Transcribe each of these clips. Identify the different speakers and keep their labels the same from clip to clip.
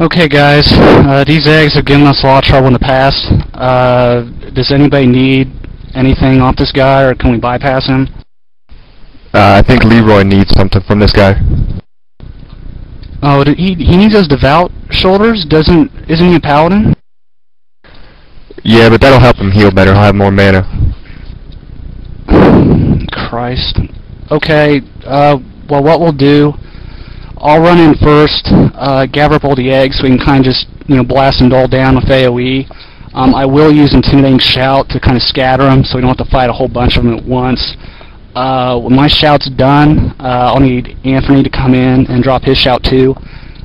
Speaker 1: Okay, guys, uh, these eggs have given us a lot of trouble in the past. Uh, does anybody need anything off this guy, or can we bypass him?
Speaker 2: Uh, I think Leroy needs something from this guy.
Speaker 1: Oh, d- he he needs those devout shoulders. Doesn't isn't he a paladin?
Speaker 2: Yeah, but that'll help him heal better. He'll have more mana.
Speaker 1: Christ. Okay. Uh, well, what we'll do, I'll run in first, uh, gather up all the eggs so we can kind of just you know blast them all down with AOE. Um, I will use intimidating shout to kind of scatter them so we don't have to fight a whole bunch of them at once. Uh, when my shout's done, uh, I'll need Anthony to come in and drop his shout too,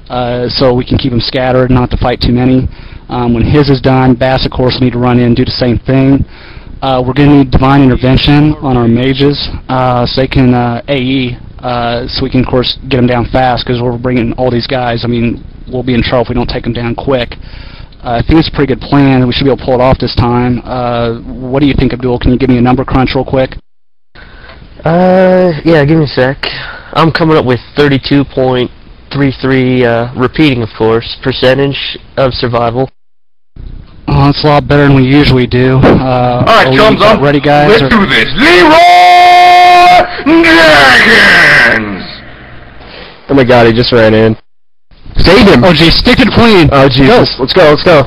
Speaker 1: uh, so we can keep them scattered, not to fight too many. Um, when his is done, Bass of course will need to run in and do the same thing. Uh, we're going to need divine intervention on our mages uh, so they can uh, AE, uh, so we can, of course, get them down fast because we're bringing all these guys. I mean, we'll be in trouble if we don't take them down quick. Uh, I think it's a pretty good plan. We should be able to pull it off this time. Uh, what do you think, Abdul? Can you give me a number crunch real quick?
Speaker 3: Uh, yeah, give me a sec. I'm coming up with 32.33, uh, repeating, of course, percentage of survival.
Speaker 1: Oh, that's a lot better than we usually do. Uh,
Speaker 4: All right,
Speaker 1: are we
Speaker 4: chums,
Speaker 1: about
Speaker 4: I'm
Speaker 1: ready, guys?
Speaker 4: Let's
Speaker 1: or-
Speaker 4: do this. Leroy Jenkins.
Speaker 2: Oh my god, he just ran in. Save him!
Speaker 1: oh, geez, stick to the plan.
Speaker 2: Oh Jesus, let's go, let's go.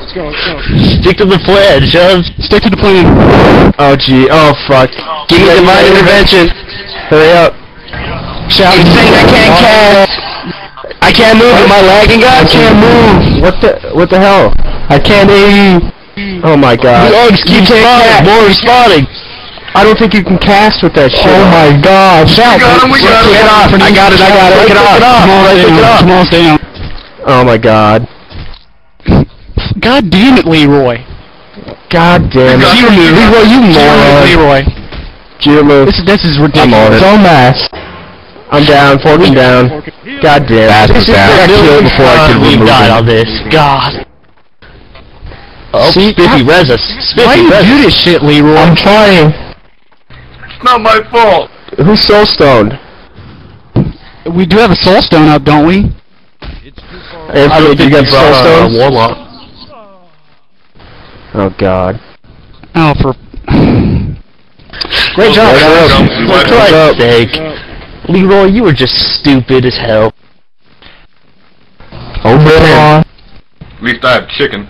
Speaker 3: Stick to the pledge of...
Speaker 1: Stick to the plan.
Speaker 2: Oh gee, oh fuck.
Speaker 3: Give me divine intervention!
Speaker 2: Hurry up.
Speaker 1: Shout.
Speaker 2: I can't move, am I lagging I can't move! What the, what the hell? I can't aim. Oh my god.
Speaker 3: The eggs keep spawning! More responding!
Speaker 2: I don't think you can cast with that shit. Oh my god. Shout!
Speaker 4: We got him, we got him.
Speaker 2: Get off, I got it, I got it,
Speaker 3: Pick
Speaker 2: get
Speaker 3: it
Speaker 2: off!
Speaker 3: up.
Speaker 2: Pick it up.
Speaker 1: Jamal's down.
Speaker 2: Oh my god.
Speaker 1: God damn it, Leroy.
Speaker 2: God damn it.
Speaker 4: You move.
Speaker 2: Leroy, you moron.
Speaker 1: Leroy.
Speaker 2: Jimu.
Speaker 1: This, this is ridiculous.
Speaker 2: I'm on it. dumbass. I'm down, Forkin's down. God damn it. This is
Speaker 3: down.
Speaker 2: I got killed before I could
Speaker 3: we've
Speaker 2: remove
Speaker 3: died on
Speaker 2: him.
Speaker 3: this. God. Oh,
Speaker 1: See,
Speaker 3: Spiffy
Speaker 1: I-
Speaker 3: res us.
Speaker 1: Why do
Speaker 3: Spiffy
Speaker 1: you
Speaker 3: res
Speaker 1: do
Speaker 3: us.
Speaker 1: this shit, Leroy?
Speaker 2: I'm trying.
Speaker 4: It's not my fault.
Speaker 2: Who's soul stoned?
Speaker 1: we do have a soul stone up, don't we?
Speaker 2: Anthony, did you get soul
Speaker 3: Uh,
Speaker 2: stoned?
Speaker 3: Warlock.
Speaker 2: Oh god.
Speaker 1: Oh, for
Speaker 2: Great job,
Speaker 4: Well
Speaker 2: guys.
Speaker 4: done,
Speaker 2: Good
Speaker 4: well
Speaker 2: job. Good
Speaker 4: done.
Speaker 3: Christ's
Speaker 2: job.
Speaker 3: sake. Leroy, you were just stupid as hell.
Speaker 2: Open. Oh,
Speaker 4: At least I have chicken.